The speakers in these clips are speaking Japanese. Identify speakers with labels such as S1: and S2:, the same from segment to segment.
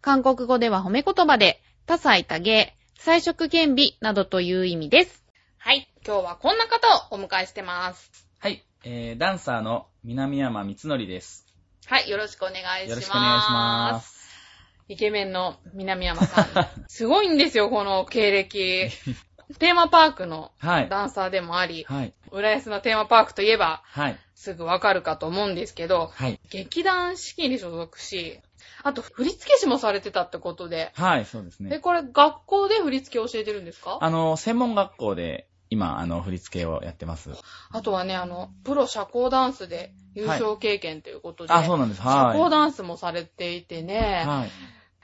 S1: 韓国語では褒め言葉で、多彩多芸、彩色兼美などという意味です。はい、今日はこんな方をお迎えしてます。
S2: はい、えー、ダンサーの南山光則です。
S1: はい、よろしくお願いします。
S2: よろしくお願いします。
S1: イケメンの南山さん。すごいん ですよ、この経歴。テーマパークの
S2: はい。
S1: ダンサーでもあり、
S2: はい。
S1: 浦安のテーマパークといえば
S2: はい。
S1: すぐわかるかと思うんですけど、
S2: はい。
S1: 劇団四季に所属し、あと振付師もされてたってことで、
S2: はい、そうです
S1: で、
S2: ね。
S1: これ学校で振り付け教えてるんですかあ
S2: あの、専門学校で今、あの、振り付けをやってます。
S1: とはね、あの、プロ社交ダンスで優勝経験ということで、
S2: あ、そうなんです。
S1: 社交
S2: は
S1: ダンスもされていてね
S2: い。、はい。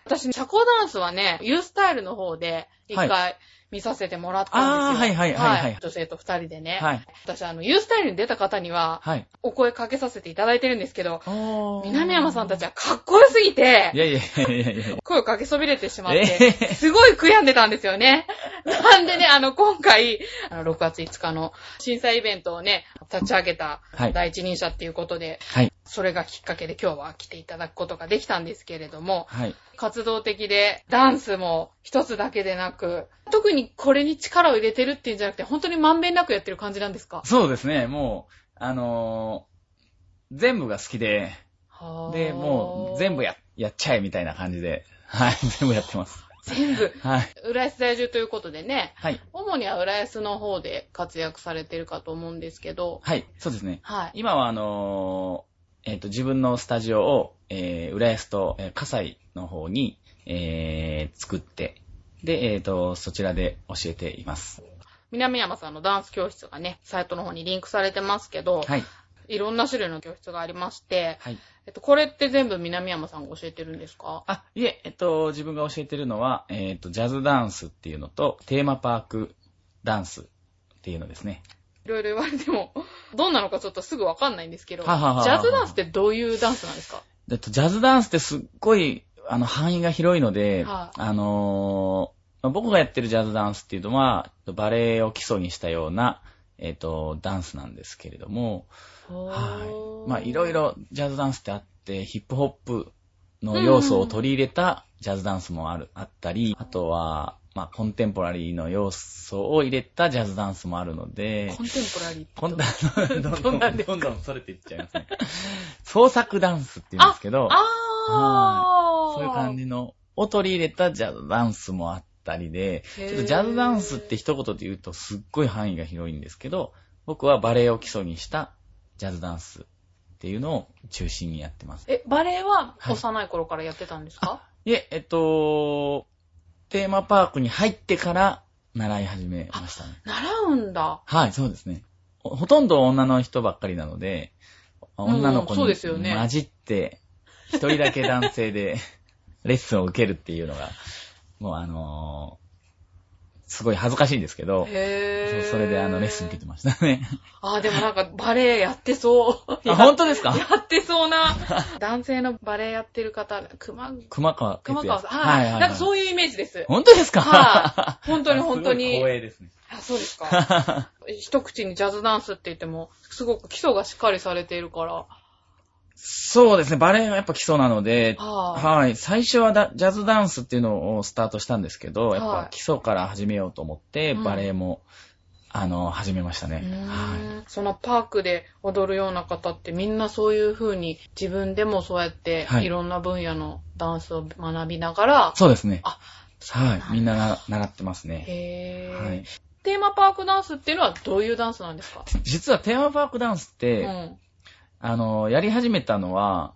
S1: 私、社交ダンスはね、ユースタイルの方で、一
S2: はい
S1: 回見させてもらったんですよ。
S2: あーはいはいはいはい
S1: 女性と二人でね。
S2: はい。
S1: 私、あの、ユースタイルに出た方には、
S2: はい。
S1: お声かけさせていただいてるんですけど、
S2: お
S1: 南山さんたちはかっこよすぎて
S2: い、やいやいやいやいやい
S1: 声をかけそびれてしまっ
S2: え
S1: て、すごい悔やんでたんですよね。 なんでね、あの、今回、あの、6月5日の震災イベントをね、立ち上げた
S2: はい
S1: 第一人者っていうことで、
S2: はい。
S1: それがきっかけで今日は来ていただくことができたんですけれども、
S2: はい。
S1: 活動的で、ダンスも一つだけでなく、特にこれに力を入れてるっていうんじゃなくて、本当にまんべんなくやってる感じなんですか
S2: そうですね、もう、あのー全部が好きで、で、もう、全部
S1: や。
S2: や、やっちゃえみたいな感じで、はい、全部やってます。
S1: 全部。
S2: はい。
S1: 浦安在住ということでね、
S2: はい。
S1: 主には浦安の方で活躍されてるかと思うんですけど、
S2: はい、そうですね。
S1: はい。
S2: 今はあのーえっ、と、自分のスタジオを、えー、浦安と、えー、葛西の方に、えー、作って、で、えっ、と、そちらで教えています。
S1: 南山さんのダンス教室がね、サイトの方にリンクされてますけど、
S2: はい。
S1: い、ろんな種類の教室がありまして、
S2: はい。
S1: えっと、これって全部南山さんが教えてるんですか
S2: あ、いえ、えっ、と、自分が教えてるのは、えっ、と、ジャズダンスっていうのと、テーマパークダンスっていうのですね。
S1: いろいろ言われても、 どんなのかちょっとすぐわかんないんですけど、ジ
S2: はははは
S1: ャズダンスってどういうダンスなんですか
S2: えっと、ジャズダンスってすっごい、あの、範囲が広いので、
S1: は
S2: あのーまあ僕がやってるジャズダンスっていうのは、バレエを基礎にしたような、えっ、と、ダンスなんですけれども、はい。まあ、いろい。ろジャズダンスってあって、ヒップホップの要素を取り入れたジャズダンスもある、あったり、あとは、まあ、コンテンポラリーの要素を入れたジャズダンスもあるので、
S1: コンテンポラリー。
S2: こんな、どんどん、
S1: どんなんですか
S2: どんどんそれていっちゃいますね。創作ダンスって言うんですけど、
S1: あー。
S2: そういう感じの、を取り入れたジャズダンスもあったりで、
S1: へー
S2: ちょっとジャズダンスって一言で言うとすっごい範囲が広いんですけど、僕はバレエを基礎にしたジャズダンスっていうのを中心にやってます。
S1: え、バレエは
S2: はい
S1: 幼い頃からやってたんですか、
S2: いえ、えっと、テーマパークに入ってから習い始めましたね。
S1: 習うんだ。
S2: はい、そうですね。ほほとんど女の人ばっかりなので、
S1: ん
S2: 女の子
S1: そう
S2: に
S1: ですよね
S2: 混じって、一人だけ男性で レッスンを受けるっていうのが、もうあのーすごい恥ずかしいんですけど、そ
S1: へ
S2: う
S1: ー。
S2: それであの、レッスン受けてましたね。
S1: あー、でもなんかバレエやってそう。
S2: あ、本当ですか
S1: やってそ うな。男性のバレエやってる方、熊、
S2: 熊川哲
S1: 熊
S2: 也
S1: 川さん。
S2: は
S1: はい
S2: はい
S1: い。
S2: はい。
S1: なんかそういうイメージです。
S2: 本当ですか
S1: は 本当に本当
S2: すごい
S1: に。
S2: 光栄ですね。
S1: あ、そうですか。一口にジャズダンスって言っても、すごく基礎がしっかりされているから。
S2: そうですね、バレエがやっぱ基礎なので、
S1: はあ、
S2: はい。最初はだジャズダンスっていうのをスタートしたんですけど、やっ
S1: はい
S2: ぱ基礎から始めようと思って、
S1: うん
S2: バレエも、あの、始めました
S1: う
S2: ね。はい。
S1: ーんそのパークで踊るような方ってみんなそういう風に自分でもそうやって
S2: はい
S1: いろんな分野のダンスを学びながら、
S2: そうですね。
S1: あ
S2: はい。みんなな習ってますね。
S1: へー
S2: はい。
S1: テーマパークダンスっていうのはどういうダンスなんですか、
S2: 実はテーマパークダンスって、
S1: うん、
S2: あの、やり始めたのは、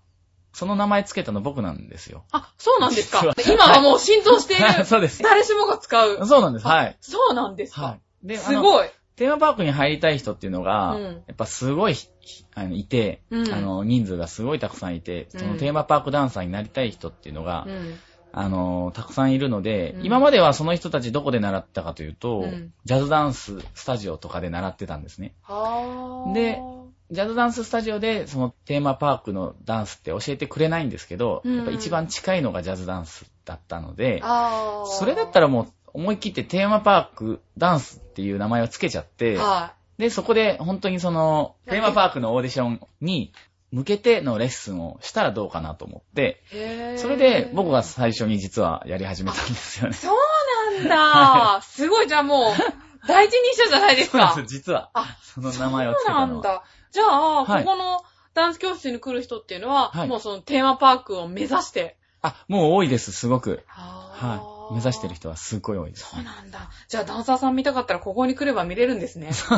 S2: その名前つけたの僕なんですよ。
S1: あ、そう なんですか
S2: 実は。
S1: 今はもう浸透してい る
S2: そうです。
S1: 誰しもが使う。
S2: そうなんです。はい。
S1: そうなんですか、
S2: はい。ですい。
S1: ごい。
S2: テーマパークに入りたい人っていうのが、
S1: うん
S2: やっぱすごいひ、ひあのいて、
S1: うん
S2: あの、人数がすごいたくさんいて、そ
S1: うん
S2: のテーマパークダンサーになりたい人っていうのが、
S1: うん
S2: あの、たくさんいるので、
S3: うん
S2: 今まではその人たちどこで習ったかというと、
S3: うん
S2: ジャズダンススタジオとかで習ってたんですね。
S1: はー
S2: でジャズダンススタジオでそのテーマパークのダンスって教えてくれないんですけど、
S3: うん
S2: やっぱ一番近いのがジャズダンスだったので、
S1: あー
S2: それだったらもう思い切ってテーマパークダンスっていう名前をつけちゃって、
S1: は
S2: で、そこで本当にそのテーマパークのオーディションに向けてのレッスンをしたらどうかなと思って、
S1: い。へー
S2: それで僕が最初に実はやり始めたんですよね。
S1: そう なんだ。すごい、じゃあもう、第一人者じゃないです
S2: そうな
S1: か。
S2: んです、実は
S1: あ。
S2: その名前をつけ
S1: そうな
S2: た
S1: ん
S2: のは。
S1: だ。じゃあ、
S2: はい
S1: ここのダンス教室に来る人っていうのは、
S2: はい
S1: もうそのテーマパークを目指して。
S2: あ、もう多いです、すごく。
S1: は
S2: はい。目指してる。人はすごい多いです。
S1: そうなんだ。じゃあダンサーさん見たかったらここに来れば見れるんです ね。そ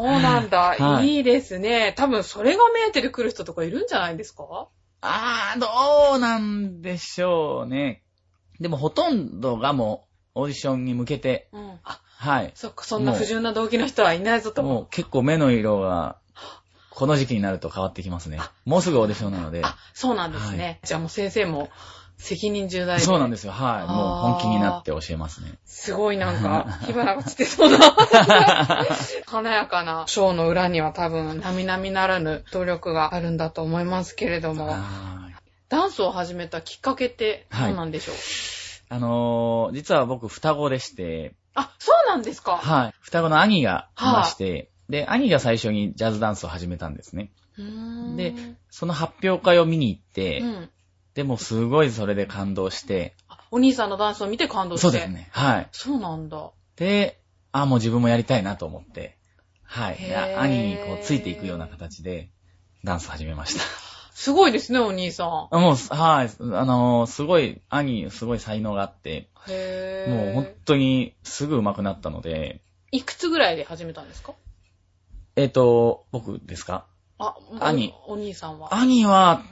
S1: うなんだ。
S2: はい
S1: いいですね。多分それが目当てで来る人とかいるんじゃないですか
S2: あー、どうなんでしょうね。でもほとんどがもうオーディションに向けて、
S1: うん。あ、
S2: はい。
S1: そっか、そんな不純な動機の人はいないぞと。
S2: もう結構目の色が、この時期になると変わってきますね。もうすぐオーディションなので。
S1: あ、そうなんですね。
S2: は
S1: じゃあもう先生も責任重大で。
S2: そうなんですよ。はい。
S1: あー
S2: もう本気になって教えますね。
S1: すごいな んか、火花がつてそうな。 華やかなショーの裏には多分、並々ならぬ努力があるんだと思いますけれども、
S2: あー
S1: ダンスを始めたきっかけって何なんでしょう、
S2: あのー、実は僕双子でして、
S1: あ、そうなんですか
S2: はい。双子の兄がいまして、で、兄が最初にジャズダンスを始めたんですね。
S1: うーん
S2: でその発表会を見に行って、
S1: うん。
S2: でもすごいそれで感動して、
S1: あお兄さんのダンスを見て感動して。
S2: そうです。ね。はい。
S1: そうなんだ。
S2: で、あ、もう自分もやりたいなと思って、はい。で
S1: へー
S2: 兄にこうついていくような形で、ダンス始めました。
S1: すごいですね、お兄さん。
S2: あもう、はい。あのー、すごい、兄、すごい才能があって、
S1: へぇ
S2: もう本当にすぐ上手くなったので、
S1: いくつぐらいで始めたんですか
S2: えっ、と、僕ですか
S1: あ、
S2: 兄
S1: お。お兄さんは。
S2: 兄は、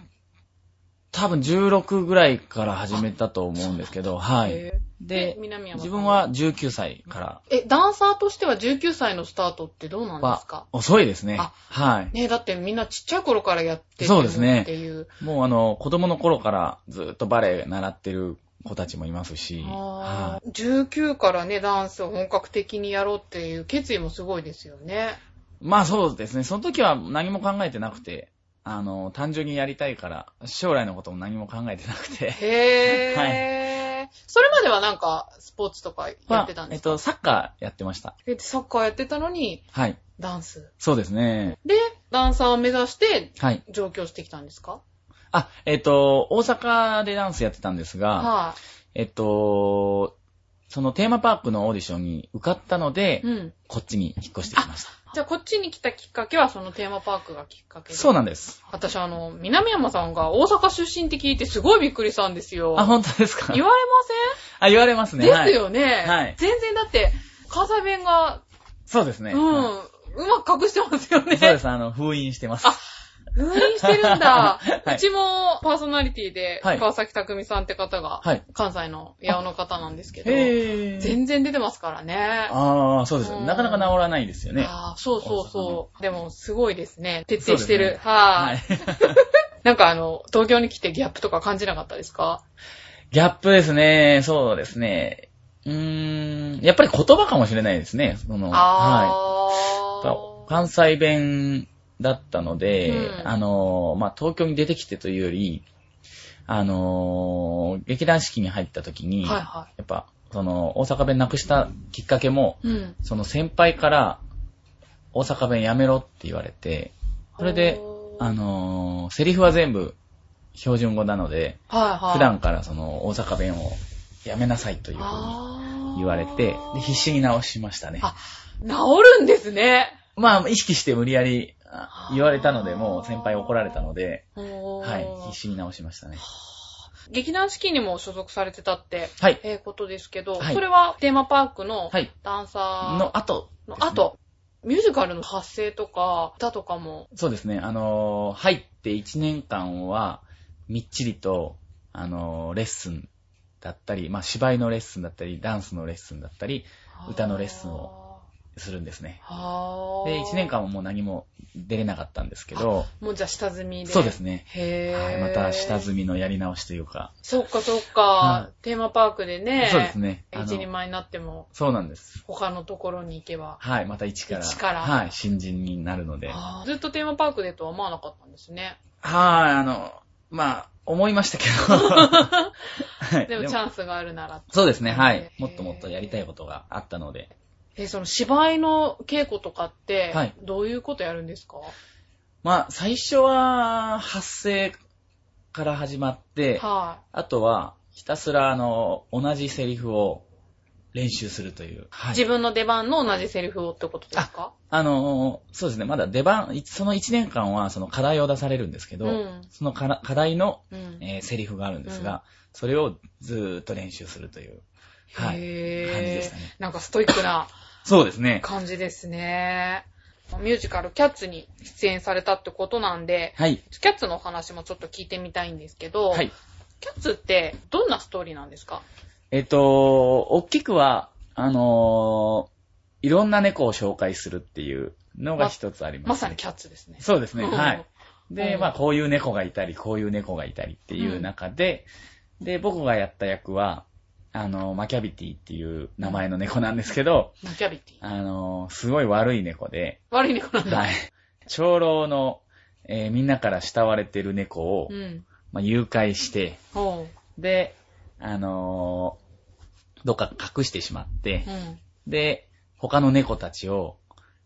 S2: 多分16ぐらいから始めたと思うんですけど、はい。
S1: へーで
S2: で、
S1: 南山さ
S2: 自
S1: ん
S2: 分は19歳か
S1: え、ダンサーとしては19歳のスタートってどうなん
S2: ら
S1: です
S2: は
S1: か
S2: 遅いですね。
S1: あ
S2: はい。
S1: ねえ、だってみんなちっちゃい頃からやってる
S2: そうですね
S1: っていう。
S2: もうあの、子供の頃からずっとバレエ習ってる子たちもいますし、
S1: あ
S2: は
S1: ー19からね、ダンスを本格的にやろうっていう決意もすごいですよね。
S2: い。まあそうですね、その時は何も考えてなくて、あの、単純にやりたいから、将来のことも何も考えてなくて。
S1: へー。それまではなんか、スポーツとか やってた
S2: ま
S1: ん
S2: あえっ
S1: ですか、
S2: と、サッカーやってました。
S1: えサッカーやってたのに、
S2: はい。
S1: ダンス。
S2: そうですね。
S1: で、ダンサーを目指して、
S2: はい。
S1: 上京してきたんですか
S2: あ、えっ、と、大阪でダンスやってたんですが、
S1: は
S2: えっと、そのテーマパークのオーディションに受かったので、
S1: い。うん。
S2: こっちに引っ越してきました。
S1: じゃあ、こっちに来たきっかけは、そのテーマパークがきっかけで。
S2: そうなんです。
S1: 私、あの、南山さんが大阪出身って聞いてすごいびっくりしたんですよ。
S2: あ、本当ですか
S1: 言われ
S2: あ、言われます
S1: ま
S2: ね。
S1: せん、
S2: はい
S1: ですよね、
S2: はい
S1: 全然だって、関西弁が、
S2: そうですね。
S1: うん、
S2: は
S1: うまく隠してますよ
S2: いそうで
S1: ね。
S2: す。あの、封印してます。。
S1: 封印してるんだ
S2: はいう
S1: ちもパーソナリティで、
S2: はい
S1: 川崎匠さんって方が、
S2: はい。
S1: 関西の八尾の方なんですけど、
S2: へぇ
S1: 全然出てますからね。
S2: ああ、そうです。
S1: うん
S2: なかなか治らないですよね。
S1: あーそうそう
S2: そ
S1: そう。でも、すごいですね。徹底し
S2: そ
S1: て
S2: う
S1: る。
S2: です
S1: は、
S2: はいい。
S1: なんかあの、東京に来てギャップとか感じなかったですか
S2: ギャップですね。そうですね。うーん。やっぱり言葉かもしれないですね。その、はい。
S1: あー。
S2: 関西弁だったので、
S1: うん
S2: あのー、まあ、東京に出てきてというより、あのー、劇団四季に入った時に、
S1: はいは
S2: やっぱ、その、大阪弁なくしたきっかけも、
S1: い。うん。
S2: その先輩から、大阪弁やめろって言われて、それで、
S1: おー
S2: あのー、セリフは全部標準語なので、
S1: はいはい。
S2: 普段からその大阪弁をやめなさいというふうに
S1: あー
S2: 言われて、で必死に直しましたね。
S1: あ治るんですね。
S2: まあ、意識して無理やりあ言われたので、
S1: あー
S2: もう先輩怒られたので、は、
S1: はい
S2: 必死に直しましたね。
S1: 劇団四季にも所属されてたって、
S2: はい。
S1: えーことですけど、
S2: はい
S1: それはテーマパークの
S2: はい。
S1: ダンサ
S2: の後、
S1: ーの後、ミュージカルの発声とか、歌とかも、
S2: そうですね、あのー入って1年間は、みっちりと、あのーレッスンだったり、まあ、芝居のレッスンだったり、ダンスのレッスンだったり、歌のレッスンをするんですね。
S1: はあ。
S2: で、1年。間はもう何も出れなかったんですけど、
S1: もうじゃあ下積みで。
S2: そうです。ね。
S1: へ
S2: はい、
S1: え。
S2: また下積みのやり直しというか、
S1: そっかそっ
S2: は
S1: か。テーマパークでね。
S2: そうです。ね。あの
S1: 一人前になっても、
S2: そうなんです。
S1: 他のところに行けば。
S2: はい、また一から、
S1: 一から
S2: はい、新人になるので、はい、
S1: あーずっとテーマパークでとは思わなかったんですね。
S2: あの、まあ、思いましたけ ど、はい
S1: でもチ
S2: でも
S1: ャンスがあるなら。
S2: そうですね、は
S1: へ
S2: い。
S1: ー
S2: もっともっとやりたいことがあったので、
S1: え、その芝居の稽古とかって
S2: はい、
S1: どういうことやるんですか
S2: まあ、最初は発声から始まって、
S1: は
S2: あとは、ひたすら、あの、同じセリフを練習するという。
S1: い。
S2: はい
S1: 自。分の出番の同じセリフをってことですか
S2: あのー、そうですね、まだ出番、いその1年間は、その課題を出されるんですけど、
S1: うん
S2: そのから課題の、
S1: うん。
S2: えーセリフがあるんですが、
S1: うん
S2: それをずーっと練習するという、はい、
S1: へー
S2: 感じでしたね。
S1: なんかストイックな
S2: そうですね。
S1: 感じですね。ミュージカルキャッツに出演されたってことなんで、
S2: はい。
S1: キャッツのお話もちょっと聞いてみたいんですけど、
S2: はい。
S1: キャッツってどんなストーリーなんですか
S2: えっ、と、大きくは、あのーいろんな猫を紹介するっていうのが一つあります、
S1: まさにキャッツですね。
S2: そうですね、
S1: うん
S2: はい。で、
S1: うん
S2: まあ、こういう猫がいたり、こういう猫がいたりっていう中で、で、僕がやった役は、あの、マキャビティっていう名前の猫なんですけど、
S1: マキャビティ。
S2: あの、すごい悪い猫で、
S1: 悪い猫なんだ。
S2: はい。長老の、えーみんなから慕われてる猫を
S1: う、ん。
S2: まあ、誘拐して、
S1: おう。
S2: で、あのーどっか隠してしまって
S1: う、ん。
S2: で、他の猫たちを、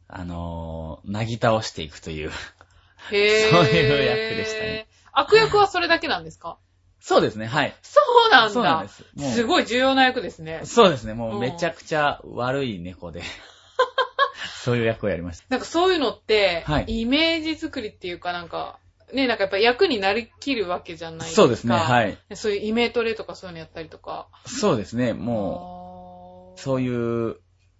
S2: あのーなぎ倒していくという。
S1: へぇー。
S2: そういう役でしたね。
S1: 悪役はそれだけなんですか
S2: そうですね、はい。
S1: そうなんだ。
S2: そうなんですもう
S1: すごい重要な役ですね。
S2: そうですね、も
S1: うん
S2: うめちゃくちゃ悪い猫 で、そういう役をやりました。
S1: なんかそういうのって、
S2: はい
S1: イメージ作りっていうかなんか、ね、なんかやっぱ役になりきるわけじゃないですか。。
S2: そうですね、はいい。
S1: そういうイメトレとかそういうのやったりとか。
S2: そうですね、もう、
S1: う
S2: そういう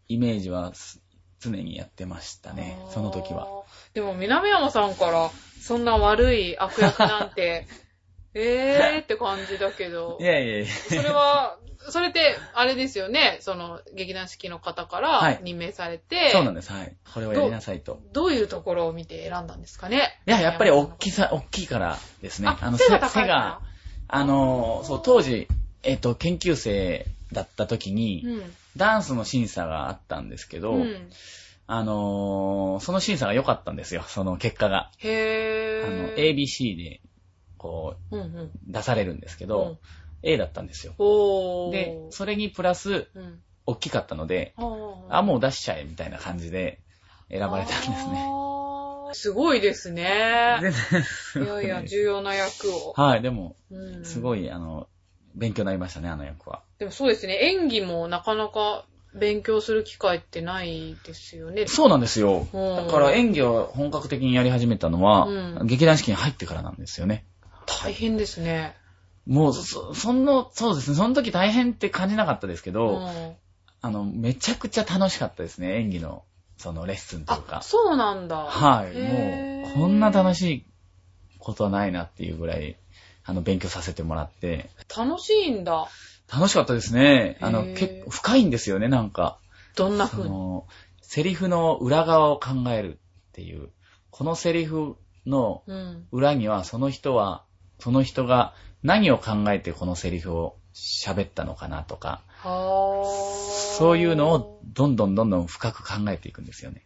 S2: イメージはす常にやってましたね、その時は。。
S1: でも南山さんから、そんな悪い悪役なんて、 えーって感じだけど
S2: い。やいやいや、
S1: それは、それって、あれですよね、その、劇団四季の方か
S2: は
S1: ら
S2: い
S1: 任命されて、
S2: そうなんです、はい。これをやりなさいと。
S1: どういうところを見て選んだんですかね
S2: いや、やっぱり大き
S1: い。
S2: さ、大きいからですね。
S1: あ
S2: の、
S1: 背
S2: 背
S1: が高い
S2: 背が、あの、そう、当時、えっと、研究生だった時に、
S1: うん。
S2: ダンスの審査があったんですけど、
S1: うん、
S2: あのーその審査が良かったんですよ、その結果が。あ
S1: へー。
S2: の、ABC で、こう、
S1: うんうん。
S2: 出されるんですけど、A だったんですよ。
S1: おー。
S2: で、それにプラス、
S1: うん。
S2: 大きかったので、あ、
S1: あ、
S2: もう出しちゃえ、みたいな感じで、選ばれたんですね。
S1: あー。すごいですね。
S2: 全然す
S1: い
S2: ご
S1: や
S2: い
S1: い や、重要な役を。
S2: はい、でも、
S1: うん
S2: すごい、あの、勉強になりましたね、あの役は。
S1: でもそうですね、演技もなかなか勉強する機会ってないですよね。
S2: そうなんですよ。
S1: うん
S2: だから演技を本格的にやり始めたのは、
S1: うん
S2: 劇団四季に入ってからなんですよね。
S1: 大変ですね。
S2: もう、そ、そんな、そうですね、その時大変って感じなかったですけ
S1: う
S2: ど、
S1: ん。
S2: あの、めちゃくちゃ楽しかったですね、演技の、そのレッスンという
S1: あ、
S2: か。
S1: そうなんだ。
S2: はい、
S1: へ
S2: も
S1: ー
S2: う、こんな楽しいことはないなっていうぐらい、あの、勉強させてもらって、
S1: 楽しいんだ。
S2: 楽しかったですね。あ
S1: へー
S2: の、結構深いんですよね、なんか。
S1: どんな
S2: そ
S1: 風に。
S2: の、セリフの裏側を考えるっていう、このセリフの
S1: うん。
S2: 裏には、その人は、その人が何を考えてこのセリフを喋ったのかなとか、
S1: は
S2: そういうのをどんどんどんどん深く考えていくんですよね。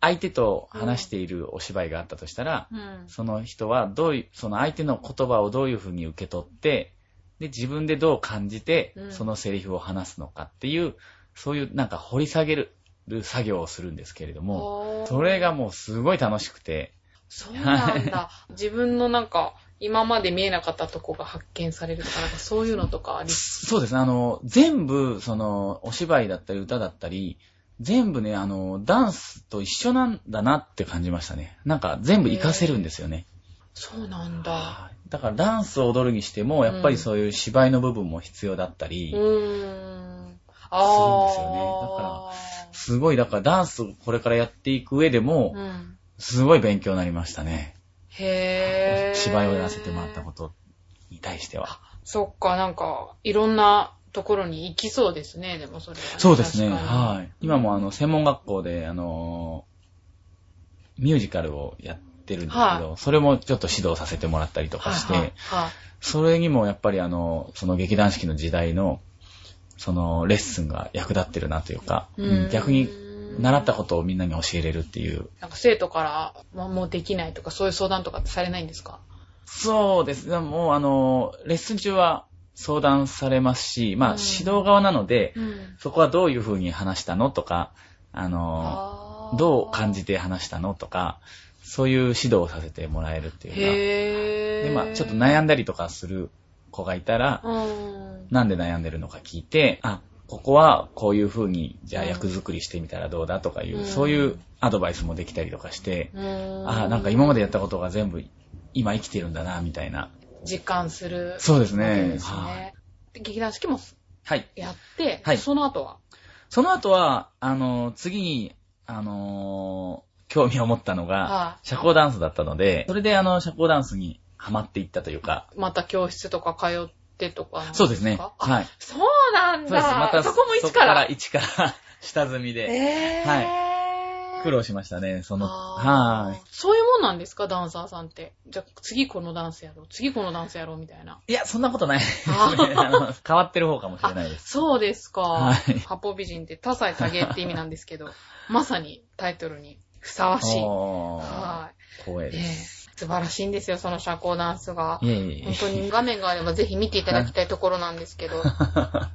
S2: 相手と話しているお芝居があったとしたら、
S1: うん。
S2: その人はどういう、その相手の言葉をどういうふうに受け取って、で、自分でどう感じて
S1: う、ん
S2: そのセリフを話すのかっていう、そういうなんか掘り下げる作業をするんですけれども、
S1: はー
S2: それがもうすごい楽しくて、
S1: そうなんだ。自分のなんか、今まで見えなかったとこが発見されるとか、なんかそういうのとかあり。
S2: そうですね、あの、全部、その、お芝居だったり歌だったり、全部ね、あの、ダンスと一緒なんだなって感じましたね。なんか全部活かせるんですよね。
S1: そうなんだ。
S2: だからダンスを踊るにしても、やっぱりそういう芝居の部分も必要だったり、
S1: うーん。あ
S2: するんです
S1: あ
S2: よ。すごい、だからダンスをこれからやっていく上でも、
S1: ね。だから。うん。
S2: すごい勉強になりましたね。
S1: へぇー。
S2: 芝居をやらせてもらったことに対しては。
S1: そっか、なんか、いろんなところに行きそうですね、でもそれは、
S2: そうですね。
S1: 確かに
S2: はい。今もあの、専門学校で、あのーミュージカルをやってるんですけど、
S1: は
S2: それもちょっと指導させてもらったりとかして、
S1: はいはいはい
S2: それにもやっぱりあの、その劇団四季の時代の、そのレッスンが役立ってるなというか、
S1: うん
S2: うん逆に習ったことをみんなに教えれるっていう。
S1: なんか生徒から、まあもうできないとか、そういう相談とかってされないんですか
S2: そうですね。もうあの、レッスン中は相談されますし、まあ
S1: うん
S2: 指導側なので、
S1: うん。
S2: そこはどういう風に話したのとか、あの、どう感じて話したのとか、そういう指導をさせてもらえるっていうか、
S1: へぇー。
S2: で、まあちょっと悩んだりとかする子がいたら、
S1: うん。
S2: なんで悩んでるのか聞いて、あ、ここはこういう風に、じゃあ
S1: うん
S2: 役作りしてみたらどうだとかいう、
S1: うん
S2: そういうアドバイスもできたりとかして、
S1: うん
S2: あ、なんか今までやったことが全部今生きてるんだな、みたいな。
S1: 実感する。
S2: そうです
S1: わけ
S2: ね
S1: で。す
S2: はい
S1: ね。で劇団四季も
S2: はい。
S1: やって、
S2: はい
S1: その後は
S2: その後は、あの、次に、あのー興味を持ったの
S1: は
S2: が、社交ダンスだったので、それであの、社交ダンスにハマっていったというか、
S1: また教室とか通ってとかなん
S2: そうですね。
S1: か
S2: はい。
S1: そうなん
S2: そうです。ま
S1: だ。
S2: た、
S1: そこも一から。
S2: 一から、 下積みで、
S1: えー、
S2: 苦労しましたね、その、
S1: あー
S2: はい。
S1: そういうもんなんですか、ダンサーさんって。じゃあ、次このダンスやろう、次このダンスやろうみたいな。
S2: いや、そんなことないですね。
S1: あ
S2: あの変わってる方かもしれないです。
S1: そうですか。
S2: はい
S1: 八方美人って多彩多芸って意味なんですけ ど、まさにタイトルにふさわしい。
S2: おー
S1: は
S2: 光栄
S1: い、え
S2: です。
S1: え素晴らしいんですよ、その社交ダンスが
S2: い。えいえ。
S1: 本当に画面があればぜひ見ていただきたいところなんです けど、か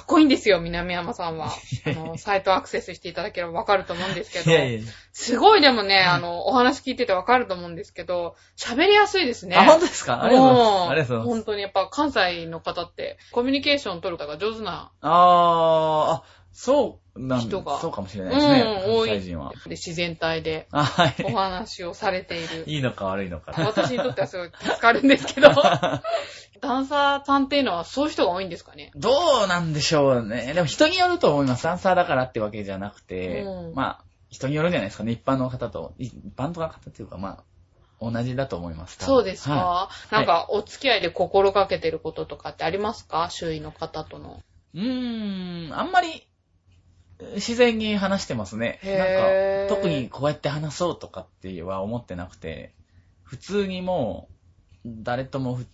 S1: っこいいんですよ、南山さんは。あの、サイトアクセスしていただければわかると思うんですけど
S2: い、やいや。
S1: すごいでもね、あの、お話聞いててわかると思うんですけど、喋りやすいですね。
S2: あ、本当ですかありがとうございます。
S1: も
S2: ありがとうございます。
S1: 本当にやっぱ関西の方って、コミュニケーション取る方が上手な、
S2: あー、あ、そうなん
S1: 人が
S2: そうかもしれないですね。
S1: うん多い
S2: 関西人は。
S1: で自然体で
S2: あ、は
S1: お
S2: い。
S1: 話をされている。
S2: いいのか悪いのか。
S1: 私にとってはすごい助かるんですけ ど、ダンサーさんっていうのはそういう人が多いんですかね。
S2: どうなんでしょうね。でも人によると思います。ダンサーだからってわけじゃなくて、
S1: うん
S2: まあ、人によるんじゃないですかね。一般の方と、い一般の方っていうか、まあ、同じだと思います。多分
S1: そうですか、
S2: は
S1: なんかお付き合いで心がけてることとかってありますか周囲の方との。
S2: い。うーん、あんまり、自然に話してますね。なんか、
S1: へー
S2: 特に。こうやって話そうとかっては思ってなくて、普通にもう、誰ともふ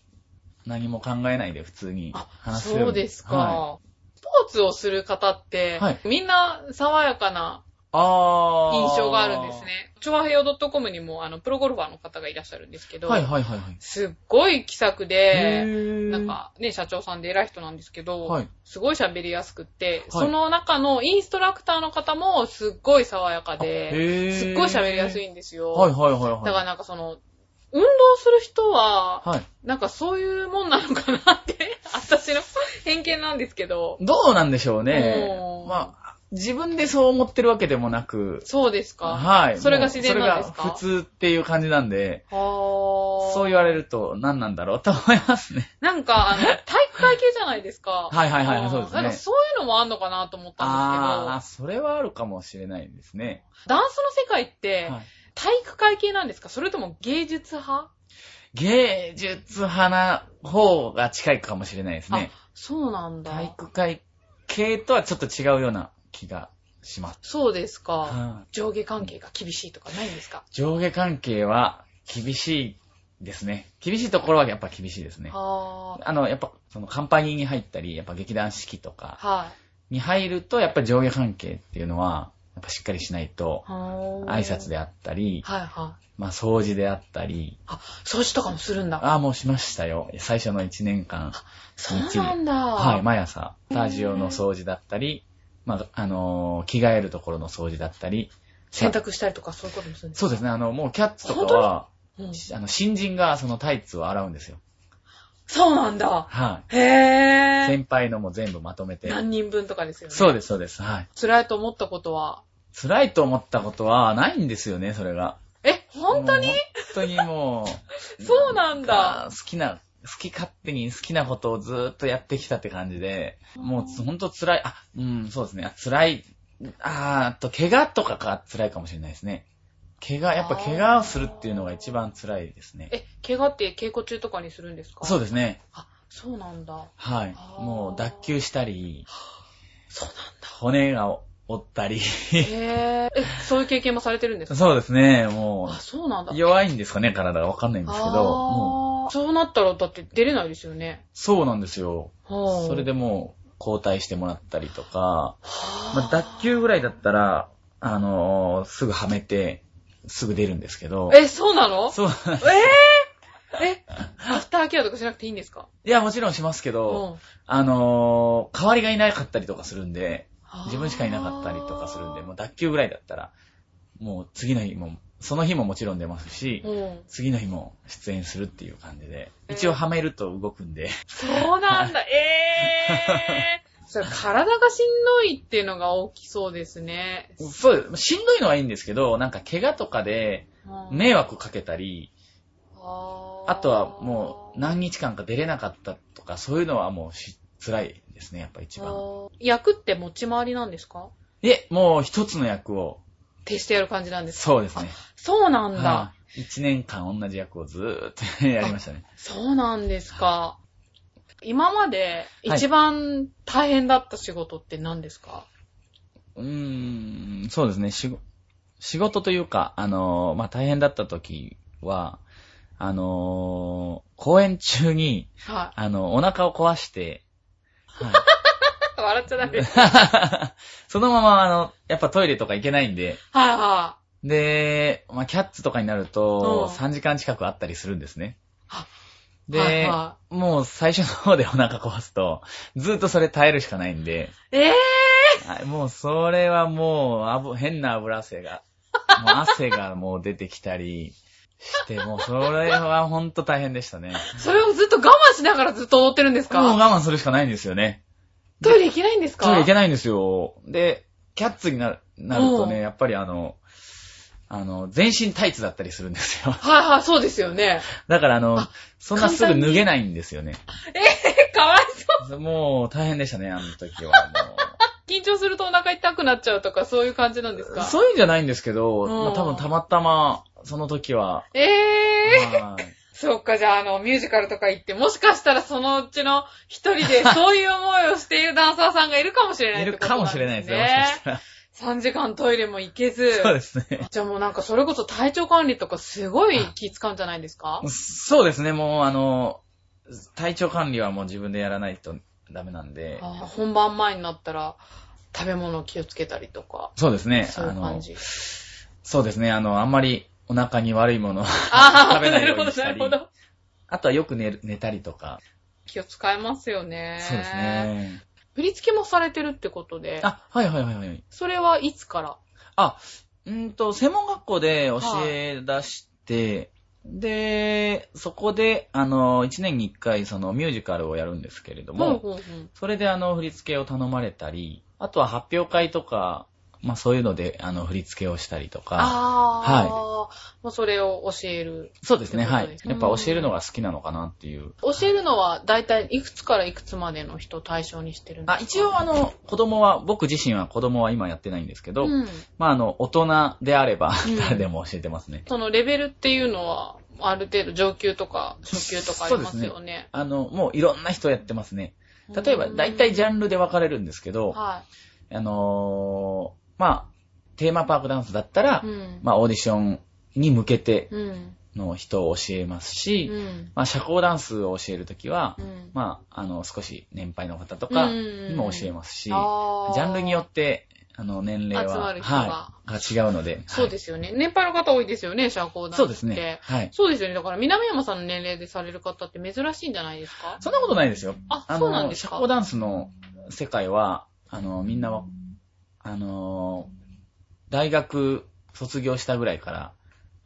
S2: 何も考えないで普通に
S1: あ
S2: 話すように
S1: そうですか、
S2: はい、
S1: スポーツをする方って、
S2: はい
S1: みんな爽やかな
S2: あー
S1: 印象があるんです。ね。チョアヘヨ .com にもあのプロゴルファーの方がいらっしゃるんですけど、
S2: はいはいはいはい。
S1: すっごい気さくで、
S2: な
S1: なん、かね、社長さんで偉い人なんですけど、
S2: はい
S1: すごい喋りやすくって、
S2: はい
S1: その中のインストラクターの方もすっごい爽やかで、すっごい喋りやす
S2: い。
S1: いんですよ。
S2: はいはいはいはい。
S1: だからなんかその、運動する人は、
S2: はい。
S1: なんかそういうもんなのかなって、 私の偏見なんですけど、
S2: どうなんでしょうね
S1: う。ん
S2: まあ、自分でそう思ってるわけでもなく、
S1: そうですか。
S2: はい。
S1: それが
S2: もう
S1: 自然なんですか
S2: それが普通っていう感じなんで、
S1: そ
S2: そう言われると何なんだろうと思いますね。
S1: なんか、あの、体育会系じゃないですか。
S2: はいはいはい
S1: あー
S2: そうですね
S1: なんかそういうのもあんのかなと思ったん
S2: あ
S1: で
S2: ー、
S1: す
S2: それはあるかもしれないですね。
S1: けど、ダンスの世界って、
S2: はい
S1: 体育会系なんですかそれとも芸術派
S2: 芸術派な方が近いかもしれないですね。
S1: そうなんだ。
S2: 体育会系とはちょっと違うような気がします。
S1: そうですか、
S2: はい
S1: 上下関係が厳しいとかないんですか
S2: 上下関係は厳しいですね。厳しいところはやっぱ厳しいですね。
S1: あー
S2: あの、やっぱ、その、カンパニーに入ったり、やっぱ劇団四季とか
S1: はい。
S2: に入ると、やっぱ上下関係っていうのは、やっぱしっかりしないと、挨
S1: 挨
S2: 拶。であったり、
S1: はいはい。
S2: まあ掃除であったり、
S1: あ、掃除とかもするんだ。
S2: ああ、もうしましたよ。最初の1年間。
S1: そうなんだ。
S2: はい、毎朝、スタジオの掃除だったり、まあ、あのー着替えるところの掃除だったり、
S1: 洗濯したりとかそういうこともするんです
S2: そうですね、あの、もうキャッツとかは、
S1: か、うん
S2: あの、新人がそのタイツを洗うんですよ。
S1: そうなんだ。
S2: はい。
S1: へえ。
S2: 先輩のも全部まとめて。
S1: 何人分とかですよね。
S2: そうです、そうです。はい。
S1: 辛いと思ったことは、
S2: 辛いと思ったことはないんですよね、それが。
S1: え、本当に
S2: もう本当にもう。
S1: そうなんだ。
S2: 好きな、好き勝手に好きなことをずーっとやってきたって感じで、もうつ本当辛い、あ、うん、そうですね、あ辛い、あーあと、怪我とかが辛いかもしれないですね。怪我、やっぱ怪我をするっていうのが一番辛いですね。
S1: え、怪我って稽古中とかにするんですか
S2: そう
S1: で
S2: ですね。
S1: す。あ、そうなんだ。
S2: はい。
S1: あー
S2: もう脱臼したり、
S1: そうなん
S2: 骨が折ったり。
S1: だ。へえ。え、そういう経験もされてるんですか
S2: そうですね、も
S1: あ、そうなんだ。
S2: う、弱いんですかね、体がわかんないんですけど、もう、
S1: あーそうなったらだって出れないですよね。
S2: そうなんですよ。
S1: そ
S2: それ、でもう、交代してもらったりとか、ま
S1: ま
S2: あ、脱臼ぐらいだったら、あのーすぐはめて、すぐ出るんですけど、
S1: え、そうなの
S2: そう、
S1: え、アフターケアとかしなくていいんですか
S2: いや、もちろんしますけど、あのー代わりがいなかったりとかするんで、自分しかいなかったりとかするんで、もう脱臼ぐらいだったら、もう次の日も、その日ももちろん出ますし、
S1: う。うん。
S2: 次の日も出演するっていう感じで、
S1: えー
S2: 一応はめると動くんで、
S1: そうなん だ、えー。それ体がしんどいっていうのが大きそうですね。
S2: そうです、しんどいのはいいんですけど、なんか怪我とかで
S1: うん、
S2: 迷惑かけたり、
S1: あー
S2: あとはもう何日間か出れなかったとか、そういうのはもうし辛いですね、やっぱ一
S1: あ
S2: 番。
S1: ー役って持ち回りなんですか
S2: で、もう一つの役を、
S1: 徹してやる感じなんですか
S2: そうですね。
S1: そうなんだ。
S2: はい一年間同じ役をずーっとやりましたね。
S1: そうなんですか。今まで
S2: はい
S1: 一番大変だった仕事って何ですか、
S2: うーん、そうですね。仕事仕事というか、あのー、まあ、大変だった時は、あのー、公演中に、
S1: は
S2: あの、お腹を壊して、 はい、
S1: い。笑っちゃダメ。はい
S2: そのまま、あの、やっぱトイレとか行けないんで、
S1: は
S2: で、まあ、キャッツとかになると、
S1: うん
S2: 3時間近くあったりするんですね
S1: あ。い。
S2: で、
S1: はいは
S2: もう最初の方でお腹壊すと、ずっとそれ耐えるしかないんで、
S1: い。えぇ、
S2: はいもうそれはもうあぶ、変な油汗が、もう汗 がもう出てきたりして、もうそれはほんと大変でしたね。
S1: ー、それをずっと我慢しながらずっと踊ってるんです
S2: もう
S1: か
S2: 我慢するしかないんですよね。
S1: トイレ行けないんですか
S2: トイレ行け
S1: ない。
S2: ないんですよ。で、キャッツになるなると
S1: う
S2: ね、
S1: ん
S2: やっぱりあの、あの、全身タイツだったりするんですよ。
S1: はいはい、そうですよね。
S2: だからあの、そんなすぐ
S1: 簡単に
S2: 脱げないんですよね。
S1: え、かわいそう。
S2: もう大変でしたね、あの時は。
S1: 緊張するとお腹痛くなっちゃうとか、そういう感じなんです
S2: もう
S1: か
S2: そういうんじゃないんですけど、
S1: うん
S2: まあ多分たまたま、その時は、
S1: えぇ、
S2: はい
S1: そっか、じゃあ、あの、ミュージカルとか行って、もしかしたらそのうちの一人で、そういう思いをしているダンサーさんがいるかもしれない
S2: い
S1: って
S2: る
S1: こと
S2: か
S1: なん
S2: も
S1: です
S2: し
S1: ね。
S2: れないですね、もしかしたら。
S1: 3時間トイレも行けず。
S2: そうですね。
S1: じゃあもうなんかそれこそ体調管理とかすごい気使うんじゃないんですか
S2: そうですね、もうあの、体調管理はもう自分でやらないとダメなんで
S1: あ。ー本番前になったら食べ物気をつけたりとか。
S2: そうですね。
S1: そういう
S2: あの
S1: 感じ。
S2: そうですね。あの、あんまりお腹に悪いものを
S1: あ
S2: 食
S1: あ、
S2: べな
S1: ない
S2: よ
S1: る
S2: う
S1: ほ
S2: に
S1: ど、
S2: した
S1: なる
S2: り
S1: ほど。
S2: あとはよく寝る寝たりとか。
S1: 気を使いますよね。
S2: そうです。ね。
S1: 振り付けもされてるってことで、
S2: あ、はいはいはいはい。
S1: それはいつから
S2: あ、うーんと、専門学校で教え出して、で、そこで、あの、1年に1回、その、ミュージカルをやるんですけれども、
S1: ほうほうほう
S2: それで、あの、振り付けを頼まれたり、あとは発表会とか、まあそういうので、あの、振り付けをしたりとか、
S1: ああ、
S2: はい
S1: もうそれを教える。
S2: そうですね、は
S1: そうで
S2: い。
S1: すね
S2: やっぱ教えるのが好きなのかなっていう
S1: 教えるのは大体いくつからいくつまでの人を対象にしてるんです
S2: あ
S1: か
S2: 一応あの、子供は、僕自身は子供は今やってないんですけど、
S1: うん、
S2: まああの、大人であれば
S1: うん、
S2: 誰でも教えてますね。
S1: そのレベルっていうのは、ある程度上級とか初級とかありますよね。
S2: あの、もういろんな人やってますね。例えば、大体ジ
S1: ゃ
S2: ャンルで分かれるんですけど、
S1: は
S2: あのーまあ、テーマパークダンスだったら、
S1: い。うん。
S2: まあオーディションに向けて
S1: うん。
S2: の人を教えます
S1: う
S2: し、
S1: ん。
S2: まあ社交ダンスを教えるときは、
S1: うん
S2: まあ、あの、少し年配の方とかにも教えますし、ジャンルによ
S1: て。
S2: って、あの、年齢
S1: 集ま
S2: は、
S1: る人が
S2: はい、が違うので。
S1: そうですよね。年配の方多いですよね、社交ダンスって。
S2: そうですね。。はい。
S1: そうですよね。だから、南山さんの年齢でされる方って珍しいんじゃないですか
S2: そんなことないですよ。
S1: あ
S2: あ
S1: そうなん
S2: の、
S1: です
S2: 社
S1: か
S2: 交ダンスの世界は、あの、みんなは、あの、大学卒業したぐらいから、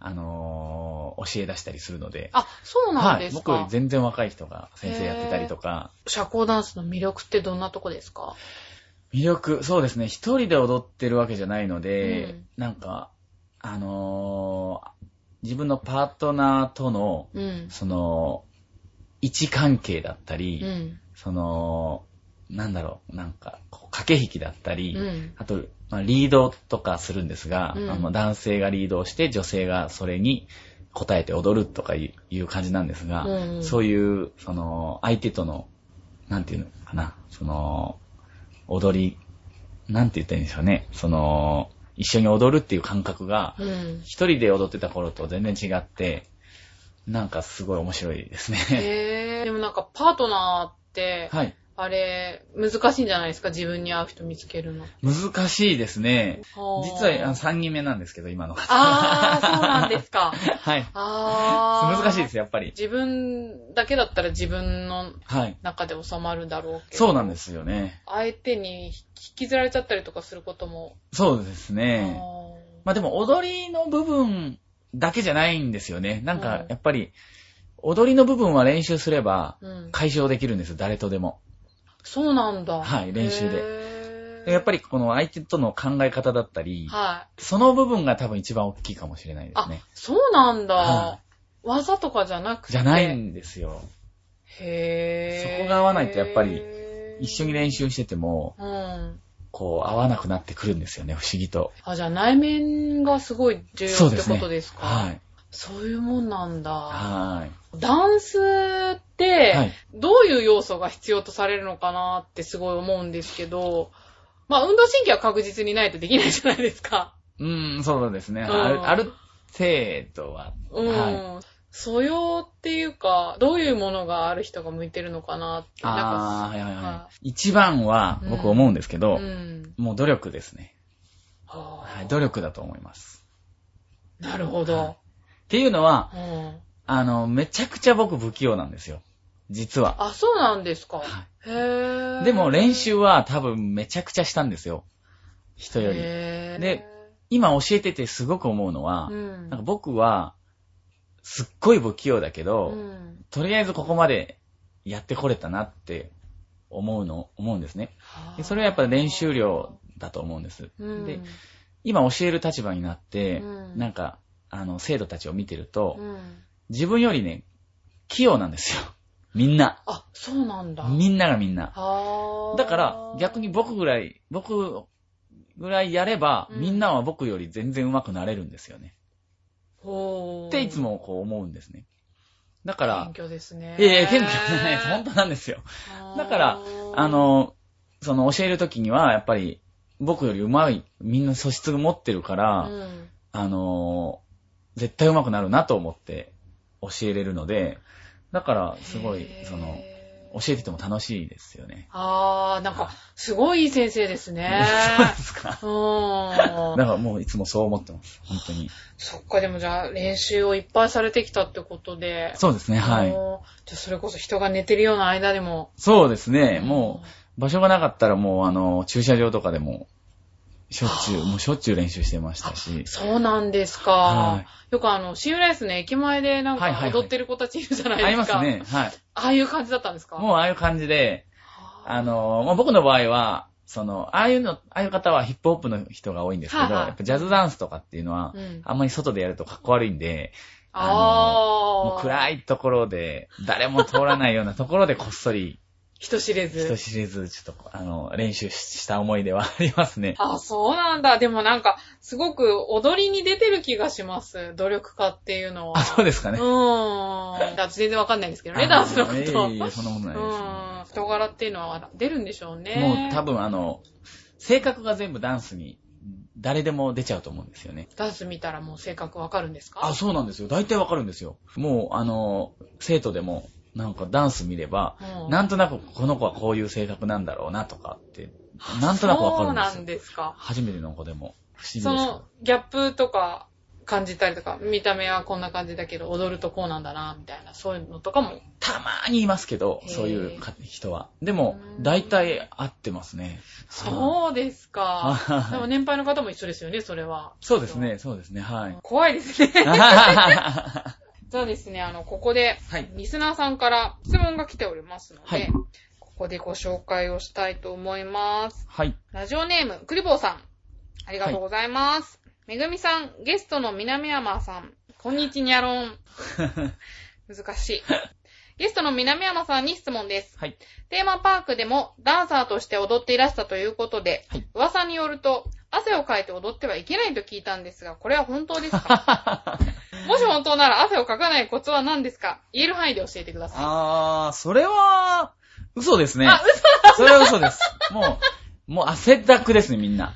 S2: あの、教え出したりするので、
S1: あ、そうなん
S2: は
S1: で
S2: い。
S1: す
S2: 僕
S1: か、
S2: より全然若い人が先生やってたりとか、
S1: 社交ダンスの魅力ってどんなとこですか
S2: 魅力、そうですね、一人で踊ってるわけじゃないので、
S1: うん
S2: なんか、あの自分のパートナーとの、
S1: うん。
S2: その、位置関係だったり、
S1: うん。
S2: その、なんだろう、なんか、こう駆け引きだったり、
S1: うん。
S2: あと、まあ、リードとかするんですが、
S1: うん
S2: あの男性がリードをして、女性がそれに答えて踊るとかいういう感じなんですが、
S1: うんうん
S2: そういう、その、相手との、なんていうのかな、その、踊り、なんて言ったらいいんでしょうね、その、一緒に踊るっていう感覚が、
S1: うん。
S2: 一人で踊ってた頃と全然違って、なんかすごい面白いですね。
S1: へえ。でもなんかパートナーって、
S2: はい。
S1: あれ、難しいんじゃないですか自分に合う人見つけるの。
S2: 難しいですね。実はあの
S1: は、
S2: 3人目なんですけど、今のが。
S1: あー、そうなんですか。
S2: はい。
S1: あー。
S2: 難しいです、やっぱり。
S1: 自分だけだったら自分の
S2: はい。
S1: 中で収まるだろうけど。
S2: そうなんですよね。
S1: 相手に引きずられちゃったりとかすることも。
S2: そうです
S1: あ
S2: ね。
S1: ー
S2: まあでも踊りの部分だけじゃないんですよね。なん
S1: う
S2: か
S1: ん
S2: やっぱり踊りの部分は練習すれば
S1: うん、
S2: 解消できるんですよ、誰とでも。
S1: そうなんだ。
S2: はい練習で
S1: で
S2: やっぱ
S1: り。
S2: りこの相手との考え方だったり、
S1: は
S2: その部分が多分一番大きいかもしれない
S1: い。
S2: です
S1: あ
S2: ね。、
S1: そうなんだ
S2: は。
S1: 技とかじゃなくて。
S2: じゃない。んですよ。
S1: へー。
S2: そこが合わないとやっぱり、一緒に
S1: ね。
S2: 練習してても、
S1: うん。
S2: こう合わなくなってくるんですよね、不思議と。
S1: あ、じゃあ内面がすごい重
S2: そう
S1: 要って
S2: ですね。
S1: ことですか
S2: はい。
S1: そういうもんなんだ。
S2: は
S1: ダンスっ
S2: い。
S1: て、
S2: はい。
S1: どういう要素が必要とされるのかなってすごい思うんですけど、まあ運動神経は確実にないとできないじゃないですか。
S2: うーん、そうですね。
S1: うん
S2: あるある程度は。
S1: うん。
S2: は
S1: 素養っていうか、どういうものがある人が向いてるのかなって。
S2: ああ、はいはい
S1: は
S2: はい。一番は
S1: うん
S2: 僕思うんですけ
S1: あ
S2: ど、
S1: うん。
S2: もう努力ですね。
S1: は
S2: はい、努力だと思います。
S1: あなるほ
S2: は
S1: ど。
S2: っていうのは、
S1: うん
S2: あの、めちゃくちゃ僕不器用なんですよ。実は。
S1: あ、そうなんですか。
S2: は
S1: へー
S2: でも練習は多分めちゃくちゃしたんですよ。人より。
S1: へー
S2: で今教えててすごく思うのは、
S1: うん
S2: なんか僕は、すっごい不器用だけど、
S1: うん
S2: とりあえずここまでやってこれたなって思うの、思うんですね。でそれはやっぱ練習量だと思うんです。
S1: うん
S2: で今教える立場になって、
S1: うん
S2: なんか、あの、生徒たちを見てると、
S1: うん
S2: 自分よりね、器用なんですよ。みんな。
S1: あ、そうなんだ。
S2: みんながみんな。
S1: あー
S2: だから、逆に僕ぐらい、僕ぐらいやれば、
S1: うん
S2: みんなは僕より全然上手くなれるんですよね。
S1: ほー
S2: っていつもこう思うんですね。だから
S1: 謙、虚ですね。
S2: いやいや、謙虚じゃないです。本当なんですよ。
S1: 当
S2: だから、あ、の、その教えるときには、やっぱり、僕より上手い、みんな素質持ってるから、
S1: うん
S2: あのー絶対上手くなるなと思って教えれるので、だから、すごい
S1: へ、ー
S2: その、教えてても楽しいですよね。
S1: あー、なんか、すごいいい先生です ね。
S2: そうですか。
S1: う
S2: だ
S1: ー
S2: か
S1: ん。
S2: らもういつもそう思ってます。本当に。
S1: そっか、でもじゃあ、練習をいっぱいされてきたってことで。
S2: そうですね、は
S1: あ
S2: い。
S1: のじゃあ、それこそ人が寝てるような間でも。
S2: そうですね、もう、場所がなかったらもう、あの、駐車場とかでも、しょっちゅう、もうしょっちゅう練習してましたし。
S1: そうなんですか。
S2: はい
S1: よくあの、シーライスの駅前でなん
S2: はいはい
S1: か
S2: はい
S1: 踊ってる子たちいるじゃないですか。
S2: ありますね、はい。
S1: ああいう感じだったんですか
S2: もうああいう感じで、
S1: あ
S2: あの、まあ、僕の場合は、その、ああいうの、ああいう方はヒップホップの人が多いんですけど、
S1: はいはい
S2: やっぱジャズダンスとかっていうのは、
S1: うん
S2: あんまり外でやるとかっこ悪いんで、あの
S1: あー。
S2: もう暗いところで、誰も通らないようなところでこっそ り、
S1: 人知れず。
S2: 人知れず、ちょっと、あの、練習しした思い出は ありますね。
S1: あ、そうなんだ。でもなんか、すごく踊りに出てる気がします。努力家っていうのは。
S2: あ、そうですか
S1: う
S2: ね。
S1: ーん。だって全然わかんないんですけどね、
S2: あ
S1: ダンスのこと。
S2: いえいえそんなことないです、
S1: うん。人柄っていうのは出るんでしょうね。
S2: もう多分あの、性格が全部ダンスに、誰でも出ちゃうと思うんですよね。
S1: ダンス見たらもう性格わかるんですか
S2: あ、そうなんですよ。大体わかるんですよ。もう、あの、生徒でも、なんかダンス見れば、
S1: うん
S2: なんとなくこの子はこういう性格なんだろうなとかって、なんとなくわかるんです
S1: そうなん
S2: よ。
S1: ですか。
S2: 初めての子でも、不思議です
S1: そ
S2: けど
S1: の、ギャップとか感じたりとか、見た目はこんな感じだけど、踊るとこうなんだな、みたいな、そういうのとかも。
S2: たまーにいますけど、
S1: へー
S2: そういう人は。でも
S1: う、ん
S2: 大体合ってますね。
S1: そうですか。
S2: はい
S1: でも年配の方も一緒ですよね、それは。
S2: そうですね、そうですね、はい。
S1: 怖いですね。
S2: は
S1: じゃあですね、あの、ここで、
S2: い。
S1: リスナーさんから質問が来ておりますので、
S2: はい
S1: ここでご紹介をしたいと思います。
S2: はい。
S1: ラジオネーム、クリボーさん。ありがとうございます。めぐみさん、ゲストの南山さん、こんにちにゃろん。 難しい。ゲストの南山さんに質問です。
S2: はい。
S1: テーマパークでもダンサーとして踊っていらしたということで、
S2: はい
S1: 噂によると、汗をかいて踊ってはいけないと聞いたんですが、これは本当です かもし本当なら汗をかかないコツは何ですか言える範囲で教えてくださ い。
S2: あー、それは、嘘ですね。
S1: あ
S2: それは嘘です。もう、もう汗だくですね、みんな。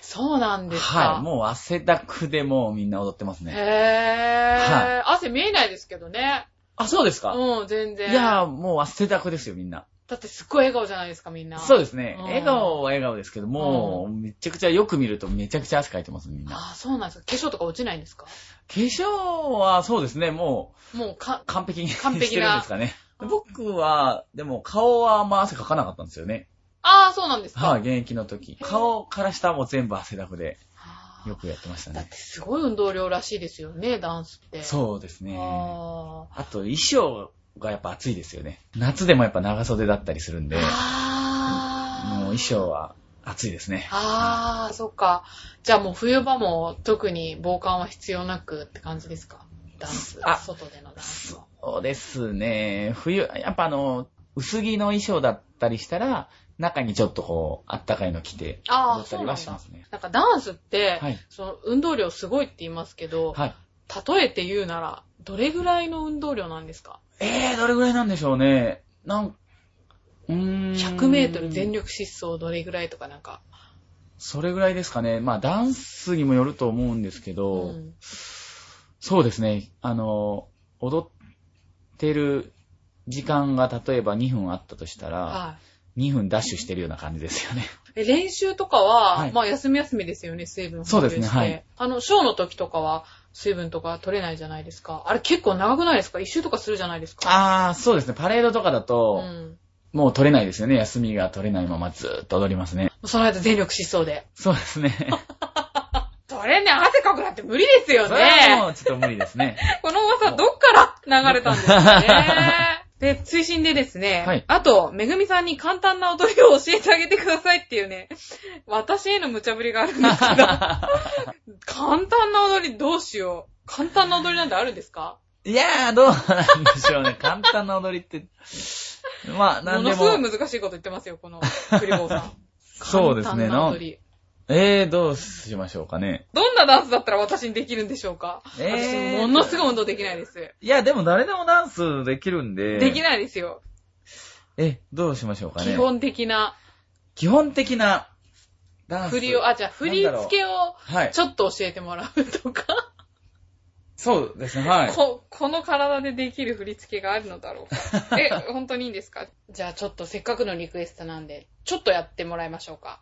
S1: そうなんですか。
S2: はい。もう汗だくでもうみんな踊ってますね。
S1: へ
S2: は
S1: ー。汗見えないですけどね。
S2: あ、そうですか、
S1: うん、全然。
S2: いやー、もう汗だくですよ、みんな。
S1: だってすっごい笑顔じゃないですか、みんな。
S2: そう
S1: で
S2: ですね。
S1: うん
S2: 笑顔は笑顔ですけども、めちゃくちゃよく見るとめちゃくちゃ汗かいてます、みんな。
S1: ああ、そうなんですか。化粧とか落ちないんですか
S2: 化粧はそうですね、も
S1: もうか
S2: う、完璧に
S1: 完璧な
S2: してるんですかね。僕は、でも顔はあんま汗かかなかったんですよね。
S1: ああ、そうなんですか。
S2: はい、現役の時。顔から下はもう全部汗だくで、
S1: あー
S2: よくやってました
S1: だっ
S2: ね。
S1: てすごい運動量らしいですよね、ダンスって。う
S2: そうですね。
S1: あ
S2: あと、衣装がやっぱ暑いですよね。夏でもやっぱ長袖だったりするん
S1: ー
S2: で、もう
S1: あー。
S2: 衣装は暑いですね。
S1: あー、そっか。じゃあもう冬場も特に防寒は必要なくって感じですかダンス。
S2: あ
S1: 外でのダンスは。
S2: そうですね。冬、やっぱあの、薄着の衣装だったりしたら、中にちょっとこう、あったかいの着て、
S1: あー
S2: 踊ったりはしますね。
S1: なんかダンスって、
S2: はい。
S1: その運動量すごいって言いますけど、
S2: はい。
S1: 例えて言うなら、どれぐらいの運動量なんですか
S2: えー、どれぐらいなんでしょうね。なん、うーん。
S1: 100メートル全力疾走どれぐらいとかなんか。
S2: それぐらいですかね。まあ、ダンスにもよると思うんですけ
S1: う
S2: ど、
S1: ん
S2: そうですね。あの、踊ってる時間が例えば2分あったとしたら、
S1: は
S2: 2分ダッシュしてるような感じですよね。
S1: い、え練習とかは、
S2: はい
S1: まあ休み休みですよね、水分補給して
S2: そうですねはい。
S1: あの、ショーの時とかは水分とか取れないじゃないですか。あれ結構長くないですか一周とかするじゃないですか。あ、
S2: ああ、そうですね。パレードとかだ
S1: う
S2: と、
S1: ん。
S2: もう取れないですよね。休みが取れないままずーっと踊りますね。
S1: その間全力疾走で。
S2: そうですね。
S1: それね、汗かくなんて無理ですよ
S2: それはも
S1: ね。
S2: うちょっと無理ですね。
S1: この噂どっから流れたんですかね。 で、追伸でですね、
S2: はい
S1: あと、めぐみさんに簡単な踊りを教えてあげてくださいっていうね、私への無茶ぶりがあるんですけど、 簡単な踊りどうしよう。簡単な踊りなんてあるんですか
S2: いやー、どうなんでしょうね。 簡単な踊りって。まあ、な
S1: も
S2: ん
S1: の
S2: です
S1: ご
S2: も
S1: い。難しいこと言ってますよ、このクリボーさ ん。
S2: そうですね。
S1: 簡単な
S2: な
S1: 踊り。
S2: えー、どうしましょうかね。
S1: どんなダンスだったら私にできるんでしょうか、
S2: えー
S1: 私、ものすごい運動できないです。
S2: いや、でも誰でもダンスできるんで。
S1: でき
S2: い。
S1: ないですよ。
S2: え、どうしましょうかね。
S1: 基本的な
S2: 基本的なダンス。
S1: 振りを、あ、じゃあ振り付けを
S2: はい。
S1: ちょっと教えてもらうとか、
S2: そうですね、はい。
S1: こ、この体でできる振り付けがあるのだろう か。え、本当にいいんですかじゃあちょっとせっかくのリクエストなんで、ちょっとやってもらいましょうか。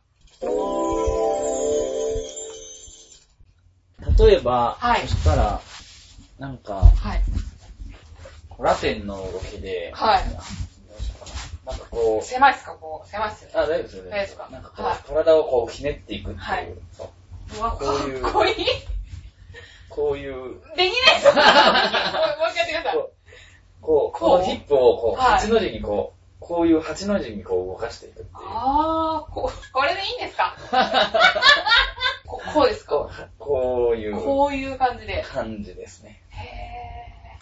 S2: 例えば、
S1: はい
S2: そしたら、なんか、
S1: はい。
S2: コラテンの動きで、
S1: はい
S2: どうしようかな。なんかこう、
S1: 狭いっすか、こう。狭いっすよね。
S2: あ、大丈夫ですよね。
S1: 大丈夫ですか
S2: なんかこう、
S1: はい
S2: 体をこうひねっていくっていう、
S1: はい
S2: そう
S1: うわ、か
S2: こういう
S1: っこいい。
S2: こういう、
S1: できないっすかもう一回やってください。
S2: こう、こう、
S1: こ
S2: こ
S1: う
S2: のヒップをこう、
S1: はい
S2: 8の字にこう、こういう8の字にこう動かしていくっていう。
S1: あー、こう、これでいいんで すかここうですか
S2: こうこういう
S1: こういう感じで。
S2: 感じですね。
S1: へ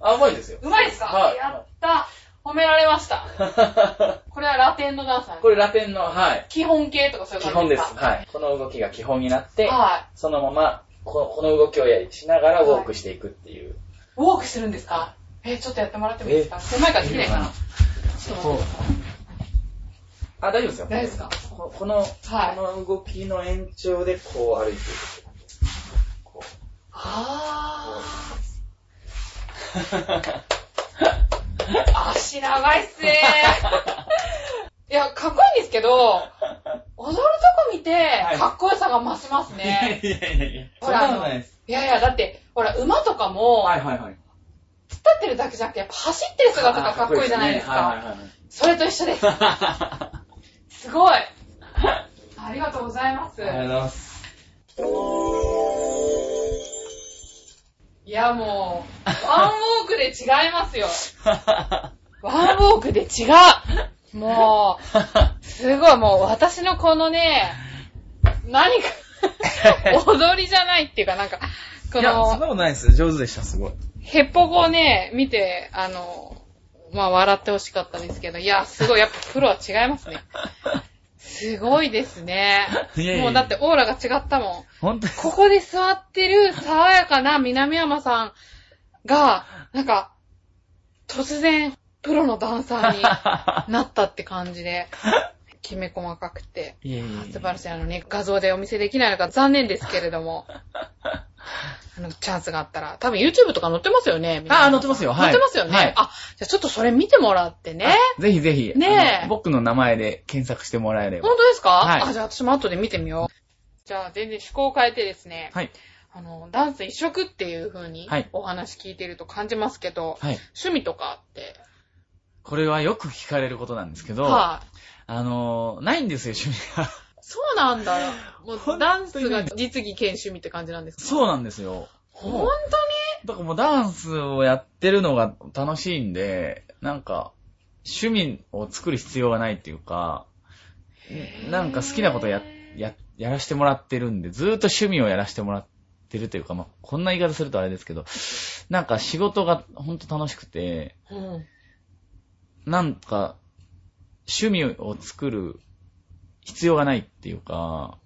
S2: あ、うまいですよ。
S1: ー。うまいですか、
S2: はい
S1: やった。褒められました。これはラテンのダンスなんで す
S2: これラテンの、はい。
S1: 基本形とかそういう
S2: 基
S1: 感じ
S2: 本
S1: で
S2: ですす。
S1: か
S2: はい。この動きが基本になって、
S1: はい。
S2: そのままこ、この動きをやりしながらウォークしていくっていう。
S1: ウォークするんですかえー、ちょっとやってもらってもいいですか狭いからできないかなちょっと待ってくださ
S2: あ、大丈夫ですよ。
S1: 大丈夫ですか
S2: ここの、
S1: はい
S2: この動きの延長でこう歩いていく。こう
S1: あー。足長いっ すね。いや、かっこいいんですけど、踊るとこ見て
S2: は、い
S1: かっこよさが増しますね。
S2: いやいやいや
S1: ほら
S2: そんなことないです。
S1: いやいや、だって、ほら、馬とかも、
S2: はいはいはい。
S1: 突っ立ってるだけじゃなくて、やっぱ走ってる姿がかっこいいじゃないです
S2: はい
S1: か。
S2: はい
S1: それと一緒です。
S2: はい。
S1: すごい。ありがとうございます。
S2: ありがとうございます。
S1: いやも う、ワンウォークで違いますよ。ワンウォークで違う。もう、すごい、もう私のこのね、何か、 踊りじゃないっていうか、なんか、この、
S2: ことないですよ。上手でした、すごい。
S1: ヘッポコをね、見て、あの、まあ笑ってほしかったですけど、いや、すごい、やっぱプロは違いますね。すごいですね。
S2: いやいや
S1: もうだってオーラが違ったもん。
S2: 本当に。
S1: ここで座ってる爽やかな南山さんが、なんか、突然、プロのダンサーになったって感 じで、きめ細かくて。
S2: いやいやいや
S1: 素晴らしい。あのね、画像でお見せできないのが残念ですけれ ども。あの、チャンスがあったら。多分 YouTube とか載ってますよね。
S2: あ載ってますよはい
S1: 載ってますよね。
S2: はい
S1: あ、じゃあちょっとそれ見てもらってね。
S2: ぜひぜひ。
S1: ねえ
S2: あの僕の名前で検索してもらえれば。
S1: 本当ですか、
S2: はい
S1: あ、じゃあ私も後で見てみよう。じゃあ全然趣向を変えてですね、
S2: はい。
S1: あの、ダンス一色っていう風に
S2: はい
S1: お話聞いてると感じますけど、
S2: はい。
S1: 趣味とかって、
S2: これはよく聞かれることなんですけど、
S1: はい、
S2: あのー、ないんですよ、趣味が。
S1: そうなんだ。
S2: 本
S1: も
S2: 当
S1: う
S2: に
S1: ダンスが実技兼趣味って感じなんですか
S2: そうなんですよ。
S1: 本
S2: だからもうダンスをやってるのが楽しいんで、なんか、趣味を作る必要がないっていうか、なんか好きなことや、や、やらせてもらってるんで、ずーっと趣味をやらせてもらってるというか、まあ、こんな言い方するとあれですけど、なんか仕事がほんと楽しくて、
S1: 当に、うん
S2: なんか、趣味を作る必要がないっていうか、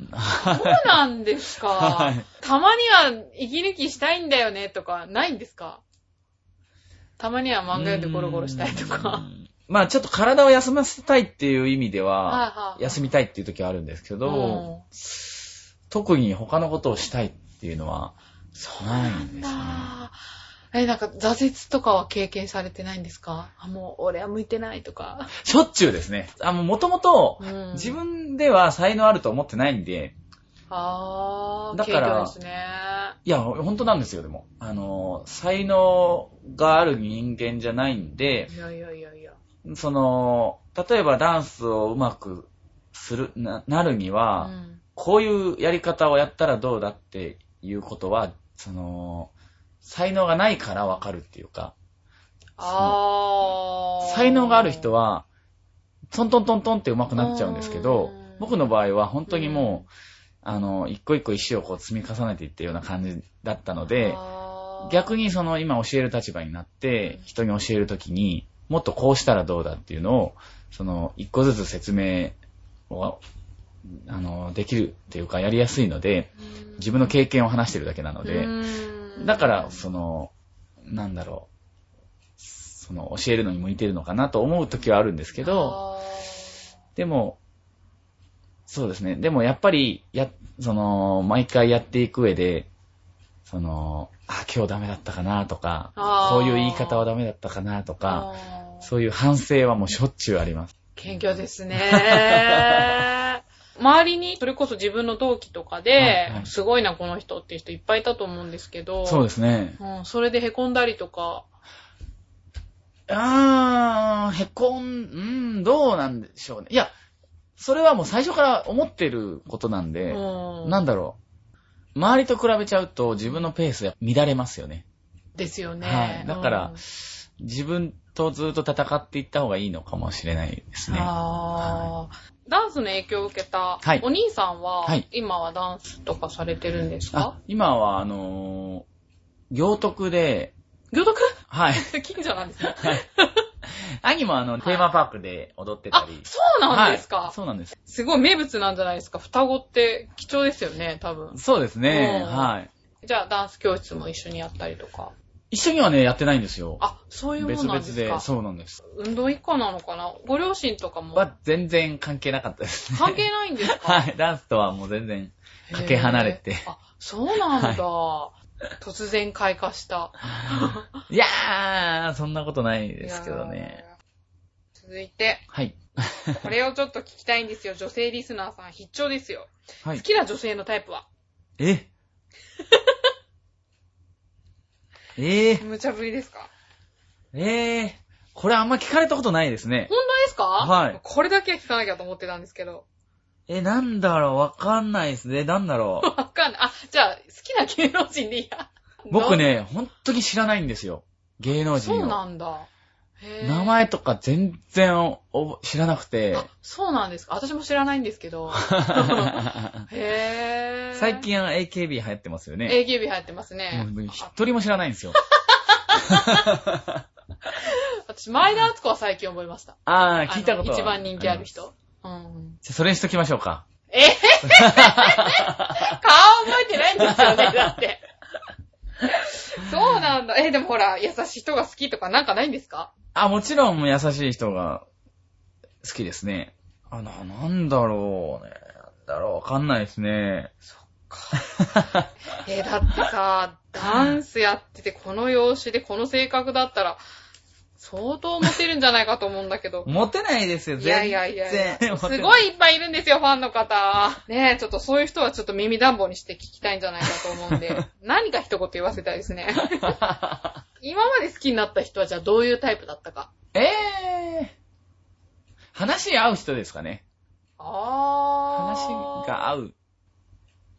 S1: そうなんですか、
S2: はい
S1: たまには息抜きしたいんだよねとか、ないんですかたまには漫画読んでゴロゴロしたいと
S2: う
S1: か。
S2: ん。まあちょっと体を休ませたいっていう意味で
S1: はい
S2: は、
S1: はい。
S2: 休みたいっていう時はあるんですけど、
S1: うん
S2: 特に他のことをしたいっていうのは、
S1: そう
S2: な
S1: ない
S2: ん
S1: ん
S2: ですね
S1: だ。え、なんか挫折とかは経験されてないんですかあ、もう俺は向いてないとか。
S2: しょっちゅうですね。あ、もともと、
S1: うん
S2: 自分では才能あると思ってないんで、
S1: あー、
S2: だから
S1: 謙虚ですね。
S2: いや、本当なんですよ、でも。あの、才能がある人間じゃないんで、
S1: いやいやいやいや。
S2: その、例えばダンスをうまくする、な、なるに
S1: う
S2: は、
S1: ん。
S2: こういうやり方をやったらどうだっていうことは、その、才能がないからわかるっていうか、
S1: あー。
S2: 才能がある人
S1: は、
S2: は、トントントントンって上手くなっちゃうんですけど
S1: うん、
S2: 僕の場合は本当にもう、あの、一個一個石をこう積み重ねていったような感じだったので、逆
S1: に、
S2: にその今教える立場になって、人に教えるときに、もっとこうしたらどうだっていうのを、その、一個ずつ説明を、あの、できるっていうか、やりやすいので、自分の経験を話してるだけなので、
S1: うん
S2: だから、その、なんだろう、その、教えるのに向いてるのかなと思う時はあるんですけど、
S1: あ
S2: でも、そうですね。でもやっぱり、や、その、毎回やっていく上で、その、あ、今日ダメだったかなとか、
S1: あー
S2: こういう言い方はダメだったかなと
S1: ー
S2: か、
S1: あー
S2: そういう反省はもうしょっちゅうあります。
S1: 謙虚です ね。周りに、それこそ自分の同期とかで、
S2: はいはい
S1: すごいな、この人っていう人いっぱいいたと思うんですけど、
S2: そうですね。
S1: うん、それで凹んだりとか、
S2: あー、へこん、うん、どうなんでしょうね。いや、それはもう最初から思ってることなんで、
S1: うん、
S2: なんだろう。周りと比べちゃうと自分のペースが乱れますよね。
S1: ですよね。
S2: はいだから
S1: うん
S2: 自分とずっと戦っていった方がいいのかもしれないですね。
S1: あーダンスの影響を受けた、
S2: はい
S1: お兄さんは、
S2: はい
S1: 今はダンスとかされてるんです
S2: あ
S1: か、
S2: 今はあのー、行徳で、
S1: 行徳
S2: はい。
S1: 近所なんですね。
S2: 兄もあの、テーマパークで踊ってた
S1: あ
S2: り、。
S1: そうなんですか、
S2: はいそうなんです。
S1: すごい名物なんじゃないですか双子って貴重ですよね、多分。
S2: そうですね。
S1: うん
S2: はい。
S1: じゃあ、ダンス教室も一緒にやったりとか。
S2: 一緒にはね、やってないんですよ。
S1: あ、そういうも
S2: 別
S1: んなん
S2: 々
S1: ですか
S2: で、そうなんです。
S1: 運動以降なのかなご両親とかも
S2: は全然関係なかったですね。
S1: 関係ないんですか
S2: はい。ダンスとはもう全然かけ離れて
S1: へ。ーあ、そうなんだ。突然開花した。
S2: いやー、そんなことないですけどね。
S1: いやー。続いて、
S2: はい。
S1: これをちょっと聞きたいんですよ。女性リスナーさん必聴ですよ。
S2: は
S1: 好。きな女性のタイプは
S2: え えー、
S1: 無茶ぶりですか
S2: えー、これあんま聞かれたことないですね。
S1: 本当ですか
S2: はい
S1: これだけは聞かなきゃと思ってたんですけど。
S2: え、なんだろう、わかんないですね。なんだろ う。
S1: わかんない。あ、じゃあ、好きな芸能人でいいや。
S2: 僕ね、本当に知らないんですよ。芸能
S1: どう、
S2: 人
S1: そう
S2: を。
S1: なんだ。へー
S2: 名。前とか全然お知らなくて、
S1: あ、そうなんですか。私も知らないんですけ ど。へぇー。
S2: 最。近は AKB 流行ってますよね。
S1: AKB 流行ってますね。
S2: もう一
S1: あ
S2: 人も知らないんですよ。
S1: 私、前田敦子は最近覚えました。
S2: あ
S1: あ
S2: ー、聞いたこと
S1: の
S2: は
S1: 一番人気ある人。うん。
S2: じゃあそれにしときましょうか。
S1: えへへへへ顔覚えてないんですよ ね、だって。そうなんだ。え、でもほら、優しい人が好きとかなんかないんですか
S2: あ、もちろんもう優しい人が好きですね。あ、な、なんだろうね。なんだろう、わかんないですね。
S1: え、だってさ、ダンスやってて、この容姿で、この性格だったら、相当モテるんじゃないかと思うんだけど。
S2: モテないですよ、
S1: い
S2: 全
S1: や
S2: 然。
S1: いやいやいや。す
S2: い。
S1: ごいいっぱいいるんですよ、ファンの 方。ねえ、ちょっとそういう人はちょっと耳暖房にして聞きたいんじゃないかと思うん で、何か一言言わせたいです ね。今まで好きになった人はじゃあどういうタイプだったか。
S2: ええ話合う人ですかね。
S1: あ
S2: 話
S1: ー。
S2: が合う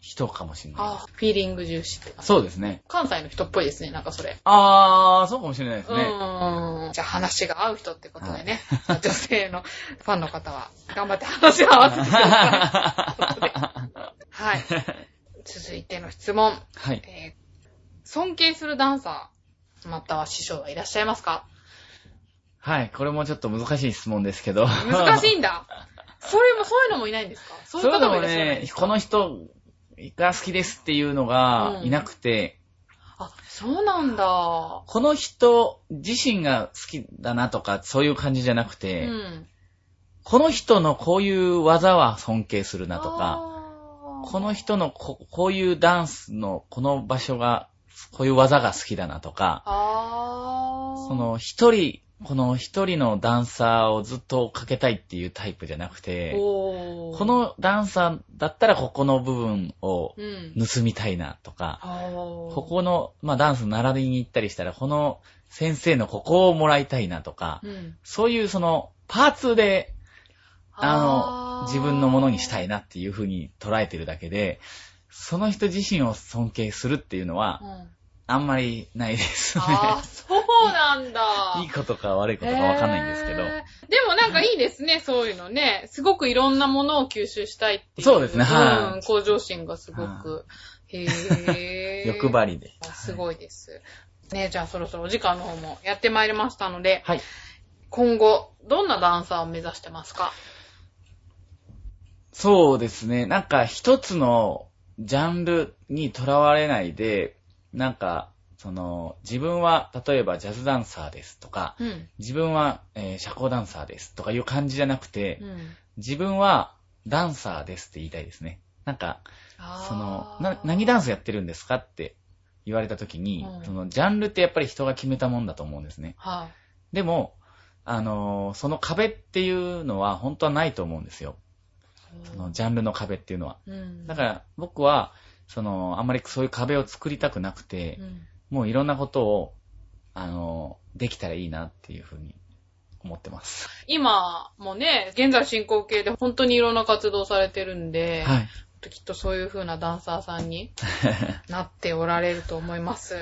S2: 人かもしれない
S1: あーフィーリング重視って
S2: で
S1: 感
S2: す。
S1: じ。
S2: そうですね。
S1: 関西の人っぽいですね、なんかそれ。
S2: あー、そうかもしれないです
S1: う
S2: ね。
S1: ーん。じゃあ話が合う人ってことでね、女性のファンの方は頑張って話を合わせてくださ い。 はい。続いての質問。
S2: はい。
S1: えー尊敬するダンサー、または師匠はいらっしゃいま すか
S2: はい、これもちょっと難しい質問ですけど。
S1: 難しいんだ。それも、そういうのもいないんですかそうい
S2: そ
S1: う
S2: れで
S1: 方もい
S2: も
S1: らっしゃいないんで
S2: ね
S1: す、か
S2: この人が好きですっていうのが
S1: うん
S2: いなくて、
S1: あ、そうなんだ。
S2: この人自身が好きだなとか、そういう感じじゃなく
S1: う
S2: て、
S1: ん。
S2: この人のこういう技は尊敬するなとか、
S1: あー
S2: この人のここういうダンスのこの場所が、こういう技が好きだなとか、
S1: あー
S2: そ、の一人、この一人のダンサーをずっと追っかけたいっていうタイプじゃなくて、
S1: おー
S2: こ、のダンサーだったらここの部分を
S1: うん。
S2: 盗みたいなとか、こ
S1: こ、
S2: この、まあダンス習いに行ったりしたら、この先生のここをもらいたいなとか、
S1: うん、
S2: そういうそのパーツで、あの、
S1: ー
S2: 自分のものにしたいなっていう風に捉えてるだけで、その人自身を尊敬するっていうのは
S1: う、ん
S2: あんまりないですね。
S1: あー、そうなんだ
S2: 。いいことか悪いことかわかんないんですけど
S1: へー。でもなんかいいですね、そういうのね。すごくいろんなものを吸収したいっていう。
S2: そうですねはい
S1: うん、向上心がすごく。へ ぇ
S2: 欲張りで。
S1: すごいです。ね、じゃあそろそろお時間の方もやってまいりましたので、
S2: はい。
S1: 今後、どんなダンサーを目指してますか
S2: そうですね。なんか一つのジャンルにとらわれないで、なんか、その、自分は、例えばジャズダンサーですとか、
S1: うん。
S2: 自分は、えー社交ダンサーですとかいう感じじゃなくて
S1: う、ん。
S2: 自分はダンサーですって言いたいですね。なんか、
S1: あー
S2: その、な、何ダンスやってるんですかって言われた時に、
S1: うん
S2: その、ジャンルってやっぱり人が決めたもんだと思うんですね。
S1: はい。
S2: でも、あのーその壁っていうのは本当はないと思うんですよ。その、ジャンルの壁っていうのは。
S1: うん。
S2: だから僕は、その、あんまりそういう壁を作りたくなくて
S1: う、ん
S2: もういろんなことを、あの、できたらいいなっていうふうに思ってます。
S1: 今もね、現在進行形で本当にいろんな活動されてるんで、
S2: はい。
S1: きっとそういう風なダンサーさんになっておられると思います。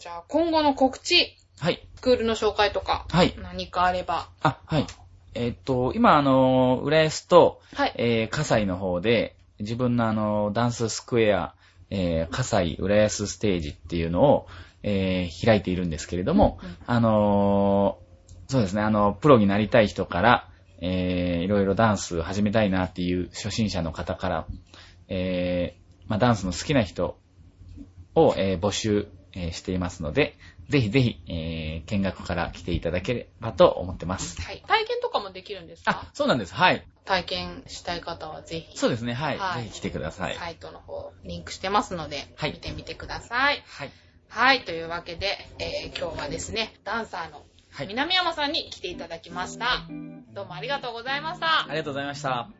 S1: じゃあ今後の告知、
S2: はい。
S1: スクールの紹介とか、
S2: はい。
S1: 何かあれば。
S2: あ、はい。えっと、今、あの、浦安と、
S1: はい。
S2: えー、葛西の方で、自分のあの、ダンススクエア、えー、葛西浦安ステージっていうのを、えー、開いているんですけれども、
S1: うんうん
S2: あのーそうですね、あの、プロになりたい人から、えー、いろいろダンス始めたいなっていう初心者の方から、えー、まあ、ダンスの好きな人を、えー募集、えーしていますので、ぜひぜひ、えー、見学から来ていただければと思ってます。
S1: はい、体験とかもできるんです
S2: あ
S1: か、
S2: そうなんです。はい。
S1: 体験したい方はぜひ、
S2: そうですね。はい。
S1: はい
S2: ぜひ来てください。
S1: サイトの方、リンクしてますので、
S2: はい
S1: 見てみてください。
S2: はい。
S1: はい、というわけで、えー今日はですね、ダンサーの
S2: はい。
S1: 南山さんに来ていただきました。どうもありがとうございました
S2: あ。りがとうございました。